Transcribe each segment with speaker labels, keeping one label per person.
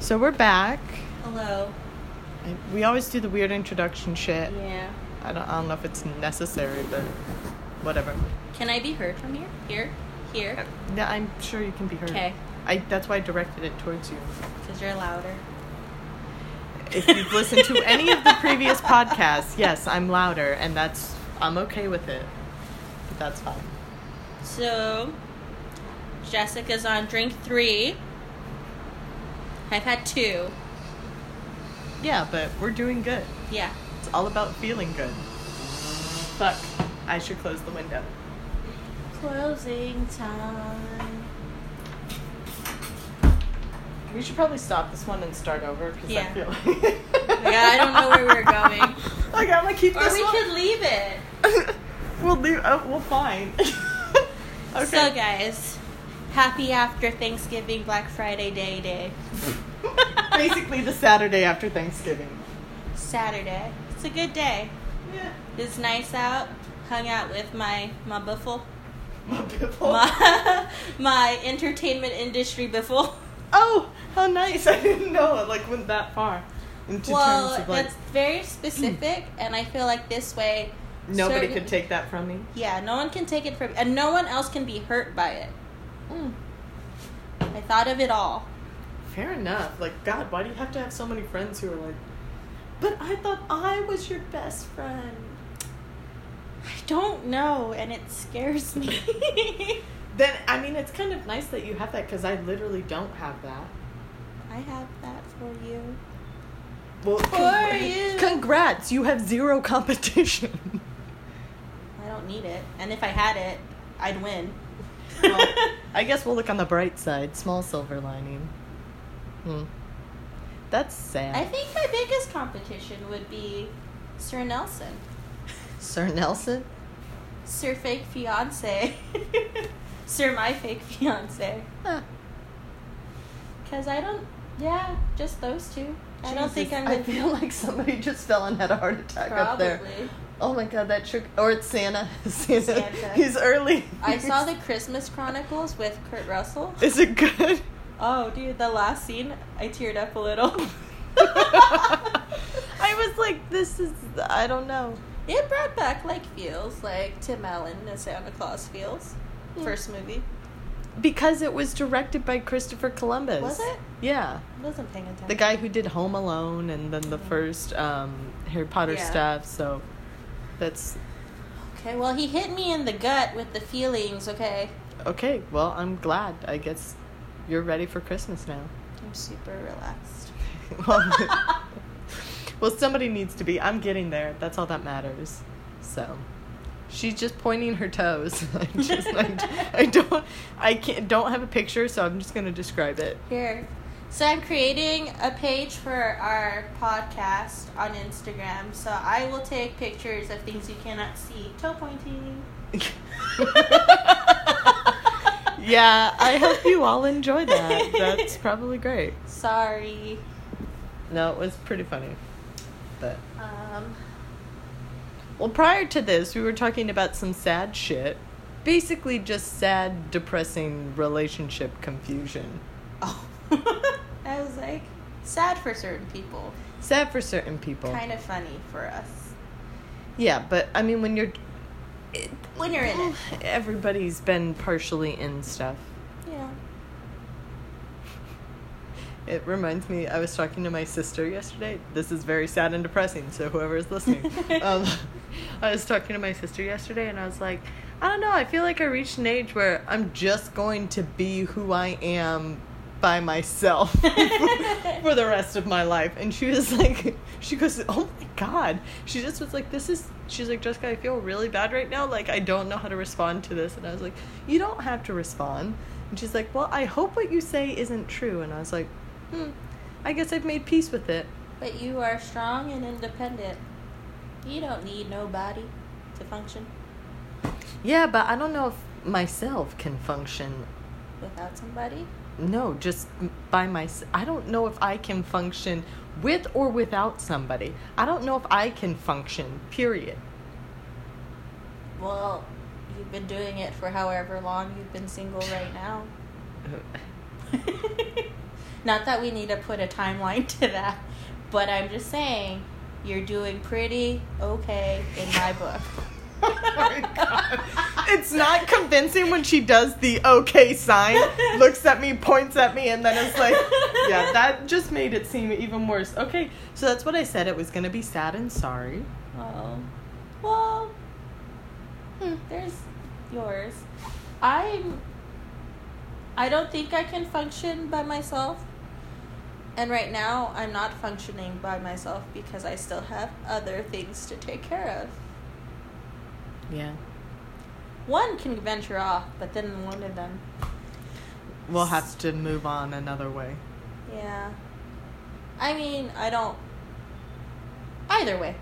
Speaker 1: So we're back.
Speaker 2: Hello.
Speaker 1: I- We always do the weird introduction shit.
Speaker 2: Yeah.
Speaker 1: I don't, I don't know if it's necessary, but whatever.
Speaker 2: Can I be heard from here? Here? Here?
Speaker 1: Yeah, I'm sure you can be heard.
Speaker 2: Okay.
Speaker 1: I, that's why I directed it towards you.
Speaker 2: Because you're louder.
Speaker 1: If you've listened to any of the previous podcasts, yes, I'm louder, and that's I'm okay with it. But that's fine.
Speaker 2: So, Jessica's on drink three. I've had two.
Speaker 1: Yeah, but we're doing good.
Speaker 2: Yeah.
Speaker 1: It's all about feeling good. Fuck. I should close the window.
Speaker 2: Closing time.
Speaker 1: We should probably stop this one and start over because I
Speaker 2: Yeah.
Speaker 1: feel like.
Speaker 2: Yeah, I don't know where we're going.
Speaker 1: Like I'm gonna keep
Speaker 2: Or
Speaker 1: this
Speaker 2: we
Speaker 1: one.
Speaker 2: could leave it.
Speaker 1: we'll leave. Uh, we'll find. okay.
Speaker 2: So, guys, happy after Thanksgiving, Black Friday Day Day.
Speaker 1: Basically, the Saturday after Thanksgiving.
Speaker 2: Saturday. It's a good day.
Speaker 1: Yeah.
Speaker 2: It's nice out. Hung out with my, my buffle.
Speaker 1: My people.
Speaker 2: my, my entertainment industry biffle.
Speaker 1: oh, how nice! I didn't know it like went that far. Into terms
Speaker 2: Well,
Speaker 1: of like
Speaker 2: that's very specific, and I feel like this way,
Speaker 1: nobody
Speaker 2: certain-
Speaker 1: could take that from me.
Speaker 2: yeah, no one can take it from, and no one else can be hurt by it. Mm. I thought of it all.
Speaker 1: Fair enough. Like God, why do you have to have so many friends who are like? But I thought I was your best friend.
Speaker 2: I don't know, and it scares me.
Speaker 1: Then I mean, it's kind of nice that you have that because I literally don't have that.
Speaker 2: I have that for you.
Speaker 1: Well,
Speaker 2: For you.
Speaker 1: Congrats, you have zero competition.
Speaker 2: I don't need it, and if I had it, I'd win.
Speaker 1: Well, I guess we'll look on the bright side. Small silver lining. Hmm. That's sad.
Speaker 2: I think my biggest competition would be Sir Nelson.
Speaker 1: Sir Nelson?
Speaker 2: Sir Fake Fiance. Sir My Fake Fiance.
Speaker 1: Huh.
Speaker 2: Because I don't, yeah, just those two. I don't
Speaker 1: Jesus,
Speaker 2: think I'm
Speaker 1: I
Speaker 2: gonna.
Speaker 1: feel like somebody just fell and had a heart attack up
Speaker 2: probably.
Speaker 1: there. Oh my god, that trick. Or it's Santa. Santa.
Speaker 2: Santa.
Speaker 1: He's early.
Speaker 2: I saw the Christmas Chronicles with Kurt Russell.
Speaker 1: Is it good?
Speaker 2: Oh, dude, the last scene, I teared up a little.
Speaker 1: I was like, this is. I don't know.
Speaker 2: it brought back like feels, like Tim Allen and Santa Claus feels.
Speaker 1: Hmm.
Speaker 2: First movie.
Speaker 1: Because it was directed by Christopher Columbus.
Speaker 2: Was it?
Speaker 1: Yeah.
Speaker 2: I wasn't paying attention.
Speaker 1: the guy who did Home Alone and then the first um, Harry Potter
Speaker 2: Yeah.
Speaker 1: stuff. So that's
Speaker 2: Okay, well, he hit me in the gut with the feelings. Okay,
Speaker 1: okay. Well, I'm glad. I guess you're ready for Christmas now.
Speaker 2: I'm super relaxed.
Speaker 1: well, well, somebody needs to be. I'm getting there. That's all that matters. So. She's just pointing her toes. I just, I, I don't, I can't, don't have a picture, so I'm just gonna describe it.
Speaker 2: Here. So I'm creating a page for our podcast on Instagram. So I will take pictures of things you cannot see. Toe pointing.
Speaker 1: yeah, I hope you all enjoy that. That's probably great.
Speaker 2: Sorry.
Speaker 1: No, it was pretty funny. But
Speaker 2: Um,
Speaker 1: well, prior to this, we were talking about some sad shit. Basically, just sad, depressing relationship confusion.
Speaker 2: oh. I was like, sad for certain people.
Speaker 1: Sad for certain people.
Speaker 2: Kind of funny for us.
Speaker 1: Yeah, but I mean, when you're it,
Speaker 2: When you're in it.
Speaker 1: everybody's been partially in stuff.
Speaker 2: Yeah.
Speaker 1: It reminds me, I was talking to my sister yesterday. This is very sad and depressing, so whoever is listening. um, I was talking to my sister yesterday, and I was like, I don't know, I feel like I reached an age where I'm just going to be who I am by myself for the rest of my life. And she was like, she goes, Oh my God. She just was like, This is, she's like, Jessica, I feel really bad right now. Like, I don't know how to respond to this. And I was like, You don't have to respond. And she's like, Well, I hope what you say isn't true. And I was like, Hmm, I guess I've made peace with it.
Speaker 2: But you are strong and independent. You don't need nobody to function
Speaker 1: Yeah, but I don't know if myself can function.
Speaker 2: without somebody.
Speaker 1: No, just m- by myself. I don't know if I can function with or without somebody. I don't know if I can function, period.
Speaker 2: Well, you've been doing
Speaker 1: Uh,
Speaker 2: it for however long you've been single right now. Not that we need to put a timeline to that, but I'm just saying you're doing pretty okay in my book.
Speaker 1: Oh my God. It's not convincing when she does the okay sign, looks at me, points at me, and then it's like, yeah, that just made it seem even worse. Okay, so that's what I said. It was going to be sad and sorry.
Speaker 2: Oh. Well, hmm, there's yours. I'm. I don't think I can function by myself. And right now, I'm not functioning by myself because I still have other things to take care of.
Speaker 1: Yeah.
Speaker 2: One can venture off, but then one of them.
Speaker 1: We'll have to move on another way.
Speaker 2: Yeah. I mean, I don't. Either way.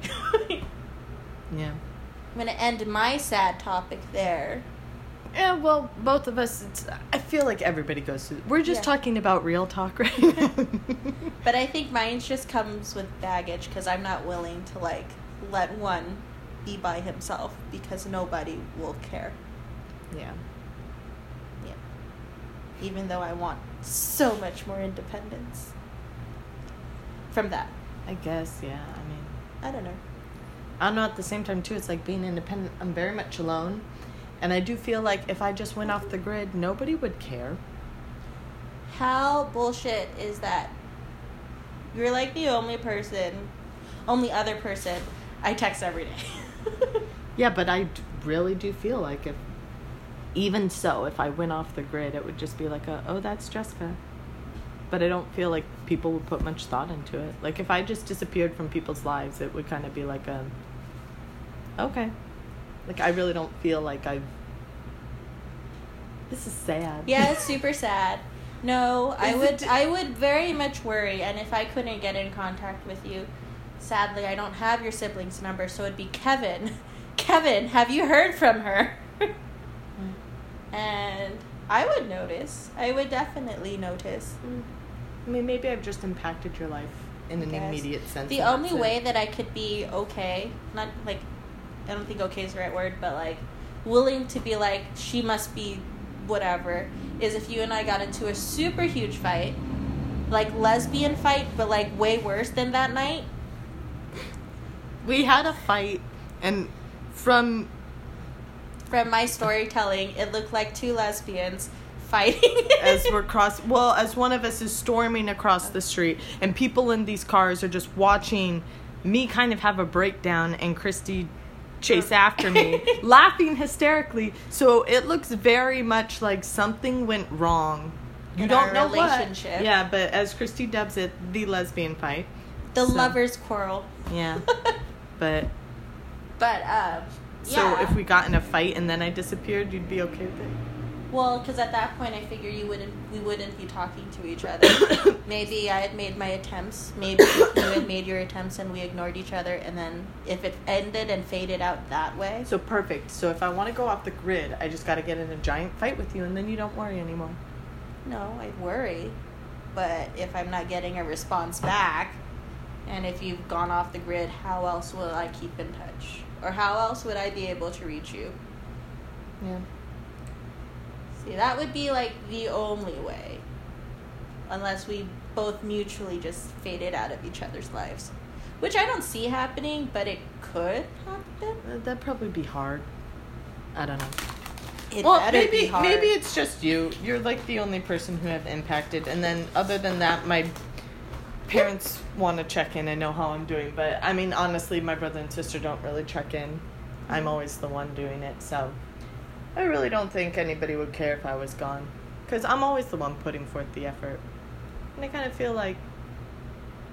Speaker 1: Yeah.
Speaker 2: I'm going to end my sad topic there.
Speaker 1: Yeah, well, both of us, it's, I feel like everybody goes through. We're just
Speaker 2: Yeah.
Speaker 1: talking about real talk right now.
Speaker 2: But I think mine just comes with baggage because I'm not willing to, like, let one be by himself because nobody will care.
Speaker 1: yeah.
Speaker 2: Yeah. Even though I want so much more independence from that.
Speaker 1: I guess, yeah. I mean,
Speaker 2: I don't know.
Speaker 1: I don't know, at the same time, too, it's like being independent. I'm very much alone. And I do feel like if I just went off the grid, nobody would care.
Speaker 2: How bullshit is that? You're like the only person, only other person I text every day.
Speaker 1: Yeah, but I d- really do feel like if, even so, if I went off the grid, it would just be like, a, oh, that's Jessica. But I don't feel like people would put much thought into it. Like if I just disappeared from people's lives, it would kind of be like a, okay. Like I really don't feel like I've. This is sad.
Speaker 2: yeah, it's super sad. No, I
Speaker 1: Is
Speaker 2: would
Speaker 1: it-
Speaker 2: I would very much worry and if I couldn't get in contact with you, sadly I don't have your siblings' number, so it'd be Kevin. Kevin, have you heard from her? and I would notice. I would definitely notice.
Speaker 1: Mm. I mean, maybe I've just impacted your life in an
Speaker 2: Yes.
Speaker 1: immediate sense.
Speaker 2: The
Speaker 1: and
Speaker 2: only
Speaker 1: that's it.
Speaker 2: way that I could be okay, not like, I don't think okay is the right word, but like, willing to be like, she must be whatever, is if you and I got into a super huge fight, like lesbian fight, but like way worse than that night.
Speaker 1: we had a fight, and from
Speaker 2: From my storytelling, it looked like two lesbians fighting.
Speaker 1: as we're cross well as one of us is storming across the street and people in these cars are just watching me kind of have a breakdown and christy chase
Speaker 2: Oh.
Speaker 1: after me laughing hysterically so it looks very much like something went wrong you
Speaker 2: In
Speaker 1: don't
Speaker 2: our
Speaker 1: know
Speaker 2: relationship.
Speaker 1: what yeah but as christy dubs it the lesbian fight
Speaker 2: the
Speaker 1: So-
Speaker 2: lovers quarrel.
Speaker 1: yeah but
Speaker 2: but, um, yeah.
Speaker 1: so if we got in a fight and then i disappeared you'd be okay with it
Speaker 2: Well, because at that point, I figure you wouldn't, we wouldn't be talking to each other. maybe I had made my attempts. Maybe you had made your attempts, and we ignored each other. And then if it ended and faded out that way,
Speaker 1: So perfect. So if I want to go off the grid, I just got to get in a giant fight with you, and then you don't worry anymore.
Speaker 2: no, I worry. But if I'm not getting a response back, and if you've gone off the grid, how else will I keep in touch, or how else would I be able to reach you?
Speaker 1: Yeah.
Speaker 2: See, that would be like the only way. Unless we both mutually just faded out of each other's lives. Which I don't see happening, but it could happen.
Speaker 1: That'd probably be hard. I don't know.
Speaker 2: It
Speaker 1: well,
Speaker 2: better
Speaker 1: maybe
Speaker 2: be hard.
Speaker 1: maybe it's just you. You're like the only person who have impacted, and then other than that, my parents want to check in and know how I'm doing. But I mean, honestly, my brother and sister don't really check in.
Speaker 2: Mm-hmm.
Speaker 1: I'm always the one doing it, so I really don't think anybody would care if I was gone, because I'm always the one putting forth the effort, and I kind of feel like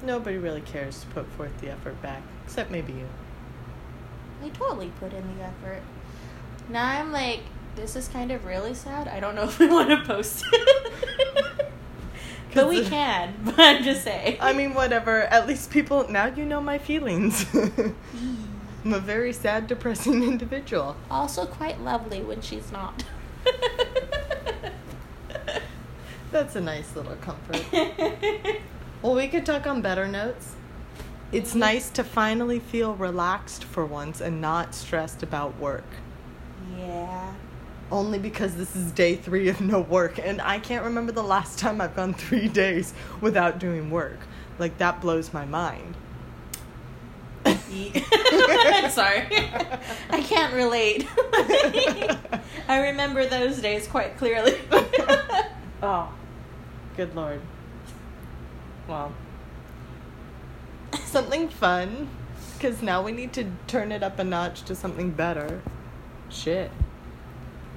Speaker 1: nobody really cares to put forth the effort back, except maybe you.
Speaker 2: I totally put in the effort. Now I'm like, this is kind of really sad. I don't know if we want to post it. but we can. But I'm just saying.
Speaker 1: uh, I mean, whatever. At least people now you know my feelings. I'm a very sad, depressing individual.
Speaker 2: also quite lovely when she's not.
Speaker 1: That's a nice little comfort. Well, we could talk on better notes. It's nice to finally feel relaxed for once and not stressed about work.
Speaker 2: Yeah.
Speaker 1: only because this is day three of no work, and I can't remember the last time I've gone three days without doing work. Like, that blows my mind.
Speaker 2: I'm sorry. I can't relate. I remember those days quite clearly.
Speaker 1: Oh, good lord. Well, something fun, because now we need to turn it up a notch to something better. Shit.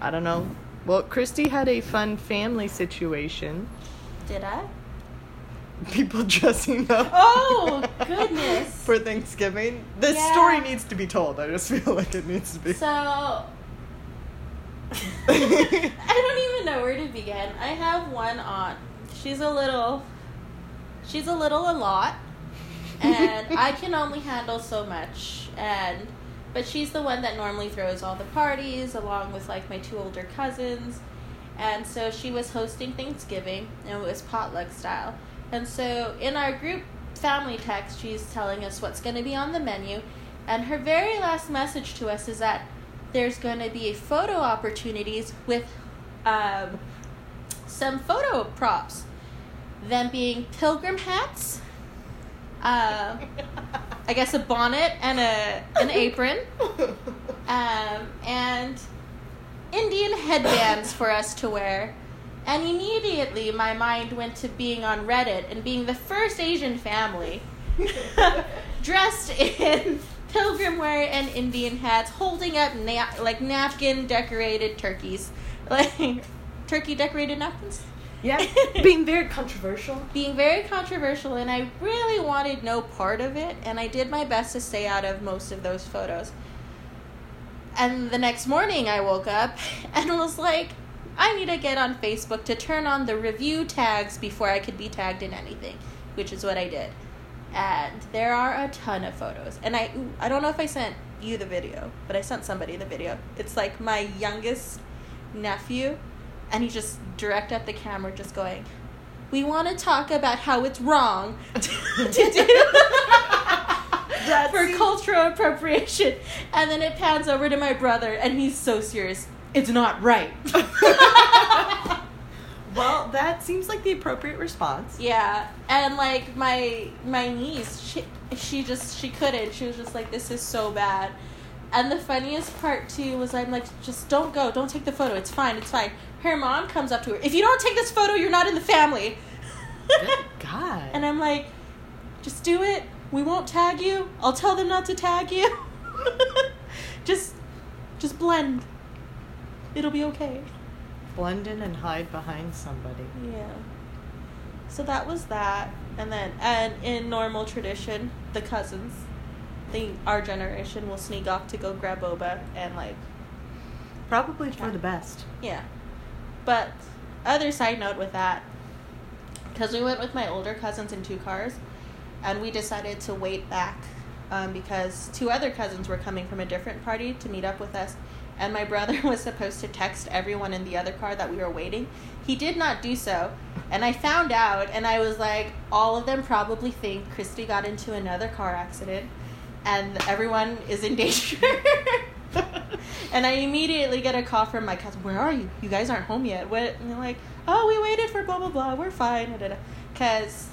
Speaker 1: I don't know. Well, Christy had a fun family situation.
Speaker 2: Did I?
Speaker 1: People dressing up.
Speaker 2: Oh, goodness.
Speaker 1: for Thanksgiving. This
Speaker 2: Yeah.
Speaker 1: story needs to be told. I just feel like it needs to be.
Speaker 2: So I don't even know where to begin. I have one aunt. She's a little she's a little a lot and I can only handle so much and but she's the one that normally throws all the parties along with like my two older cousins. And so she was hosting Thanksgiving and it was potluck style. And so in our group family text she's telling us what's going to be on the menu and her very last message to us is that there's going to be photo opportunities with um, some photo props, them being pilgrim hats, uh, I guess a bonnet and a an apron, um, and Indian headbands for us to wear. And immediately my mind went to being on Reddit and being the first Asian family dressed in pilgrim wear and Indian hats, holding up na- like napkin decorated turkeys, like turkey decorated napkins.
Speaker 1: yeah, being very controversial.
Speaker 2: Being very controversial, and I really wanted no part of it, and I did my best to stay out of most of those photos. And the next morning, I woke up and was like, I need to get on Facebook to turn on the review tags before I could be tagged in anything, which is what I did. And there are a ton of photos. And I, ooh, I don't know if I sent you the video, but I sent somebody the video. It's like my youngest nephew, and he's just direct at the camera, just going, "We want to talk about how it's wrong to do."
Speaker 1: That
Speaker 2: for
Speaker 1: seems-
Speaker 2: cultural appropriation. And then it pans over to my brother, and he's so serious. It's not right.
Speaker 1: Well, that seems like the appropriate response.
Speaker 2: yeah, and like my my niece, she she just she couldn't. She was just like, "This is so bad." And the funniest part too was I'm like, "Just don't go. Don't take the photo. It's fine. It's fine." Her mom comes up to her. If you don't take this photo, you're not in the family.
Speaker 1: Good God.
Speaker 2: And I'm like, just do it. We won't tag you. I'll tell them not to tag you. just just blend. It'll be okay.
Speaker 1: Blend in and hide behind somebody.
Speaker 2: Yeah. So that was that. And then and in normal tradition, the cousins, the our generation will sneak off to go grab boba and like
Speaker 1: Probably for the best.
Speaker 2: Yeah. But other side note with that, because we went with my older cousins in two cars, and we decided to wait back um, because two other cousins were coming from a different party to meet up with us. And my brother was supposed to text everyone in the other car that we were waiting. He did not do so. And I found out, and I was like, all of them probably think Christy got into another car accident, and everyone is in danger. And I immediately get a call from my cousin. Where are you? You guys aren't home yet. What? And they're like, oh, we waited for blah blah blah. We're fine. Because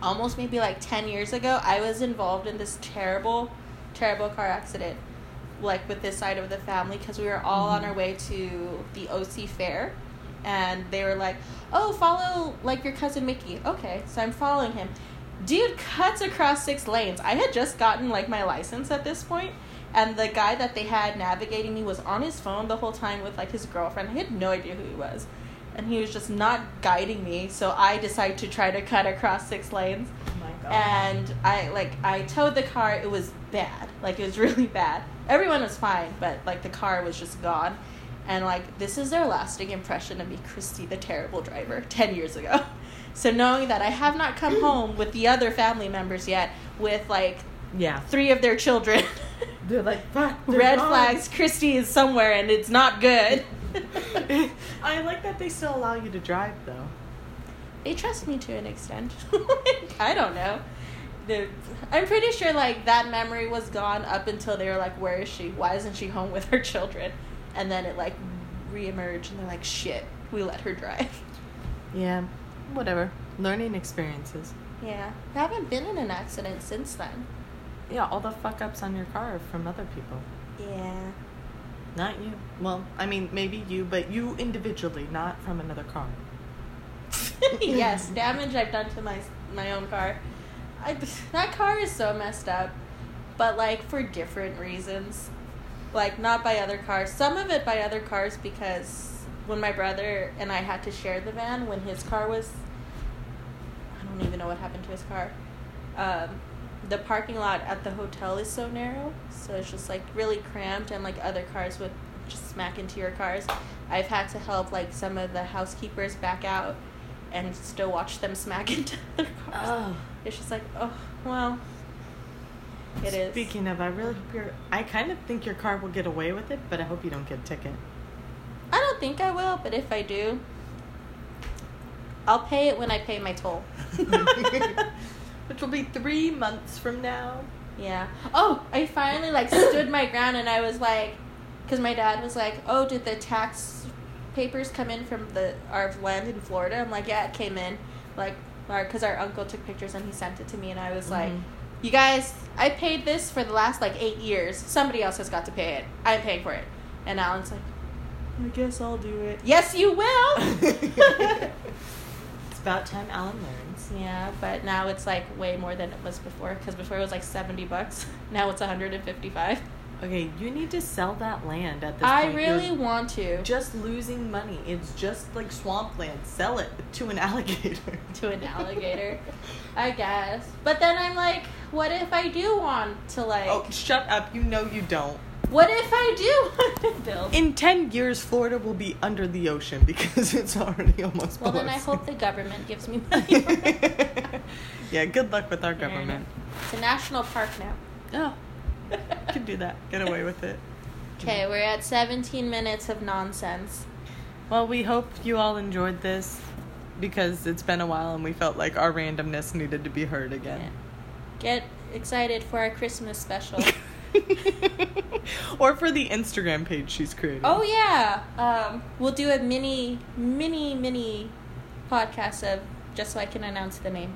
Speaker 2: almost maybe like ten years ago, I was involved in this terrible, terrible car accident, like with this side of the family, because we were all on our way to the OC fair, and they were like, oh, follow like your cousin Mickey. Okay, so I'm following him. Dude cuts across six lanes. I had just gotten like my license at this point, and the guy that they had navigating me was on his phone the whole time with like his girlfriend. I had no idea who he was, and he was just not guiding me. So I decided to try to cut across six lanes,
Speaker 1: Oh my
Speaker 2: and I like I towed the car. It was bad. Like it was really bad. Everyone was fine, but like the car was just gone. And like this is their lasting impression of me, Christy, the terrible driver, ten years ago. So knowing that I have not come
Speaker 1: Mm.
Speaker 2: home with the other family members yet, with like
Speaker 1: yeah.
Speaker 2: three of their children.
Speaker 1: They're like, fuck. they're
Speaker 2: Red
Speaker 1: gone."
Speaker 2: flags, Christy is somewhere and it's not good.
Speaker 1: I like that they still allow you to drive, though.
Speaker 2: they trust me to an extent. I don't know. The- I'm pretty sure like that memory was gone up until they were like, "Where is she? Why isn't she home with her children?" And then it like reemerge and they're like, shit, we let her drive.
Speaker 1: Yeah. Whatever. Learning experiences.
Speaker 2: Yeah. I haven't been in an accident since then.
Speaker 1: Yeah, all the fuck ups on your car are from other people.
Speaker 2: Yeah.
Speaker 1: Not you. Well, I mean, maybe you, but you individually, not from another car.
Speaker 2: yes, damage I've done to my my own car. I, that car is so messed up, but like for different reasons. Like not by other cars. Some of it by other cars because when my brother and I had to share the van when his car was I don't even know what happened to his car. Um the parking lot at the hotel is so narrow, so it's just like really cramped, and like other cars would just smack into your cars. I've had to help like some of the housekeepers back out and still watch them smack into their cars. It's just like, oh, well, it is.
Speaker 1: Speaking of, I really hope your I kind of think your car will get away with it, but I hope you don't get a ticket.
Speaker 2: I don't think I will, but if I do, I'll pay it when I pay my toll.
Speaker 1: Which will be three months from now.
Speaker 2: Yeah. Oh, I finally like stood my ground and I was like, because my dad was like, oh, did the tax papers come in from the our land in Florida? I'm like, yeah, it came in. Like, because our uncle took pictures and he sent it to me, and I was like,
Speaker 1: Mhm.
Speaker 2: you guys, I paid this for the last like eight years. Somebody else has got to pay it. I'm paying for it. And Alan's like, I guess I'll do it. Yes, you will.
Speaker 1: It's about time Alan learns.
Speaker 2: Yeah, but now it's like way more than it was before because before it was like 70 bucks. Now it's 155.
Speaker 1: Okay, you need to sell that land at this
Speaker 2: I
Speaker 1: point.
Speaker 2: really
Speaker 1: You're
Speaker 2: want to
Speaker 1: just losing money. It's just like swampland. Sell it to an alligator.
Speaker 2: to an alligator, I guess. But then I'm like, what if I do want to like
Speaker 1: oh, shut up. You know you don't.
Speaker 2: what if I do want to build?
Speaker 1: In 10 years, Florida will be under the ocean because it's already almost
Speaker 2: well, then I
Speaker 1: below
Speaker 2: hope the government gives me money.
Speaker 1: sea. yeah, good luck with our government.
Speaker 2: It's a national park now.
Speaker 1: Oh, you can do that. Get away with it.
Speaker 2: Okay, we're at 17 minutes of nonsense.
Speaker 1: Well, we hope you all enjoyed this because it's been a while and we felt like our randomness needed to be heard
Speaker 2: Yeah.
Speaker 1: again.
Speaker 2: Get excited for our Christmas special.
Speaker 1: or for the Instagram page she's created.
Speaker 2: Oh yeah. Um, we'll do a mini, mini, mini podcast of just so I can announce the name.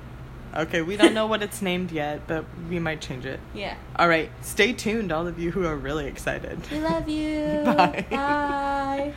Speaker 1: Okay, we don't know what it's named yet, but we might change it.
Speaker 2: Yeah.
Speaker 1: All right, stay tuned, all of you who are really excited.
Speaker 2: We love you.
Speaker 1: Bye.
Speaker 2: Bye.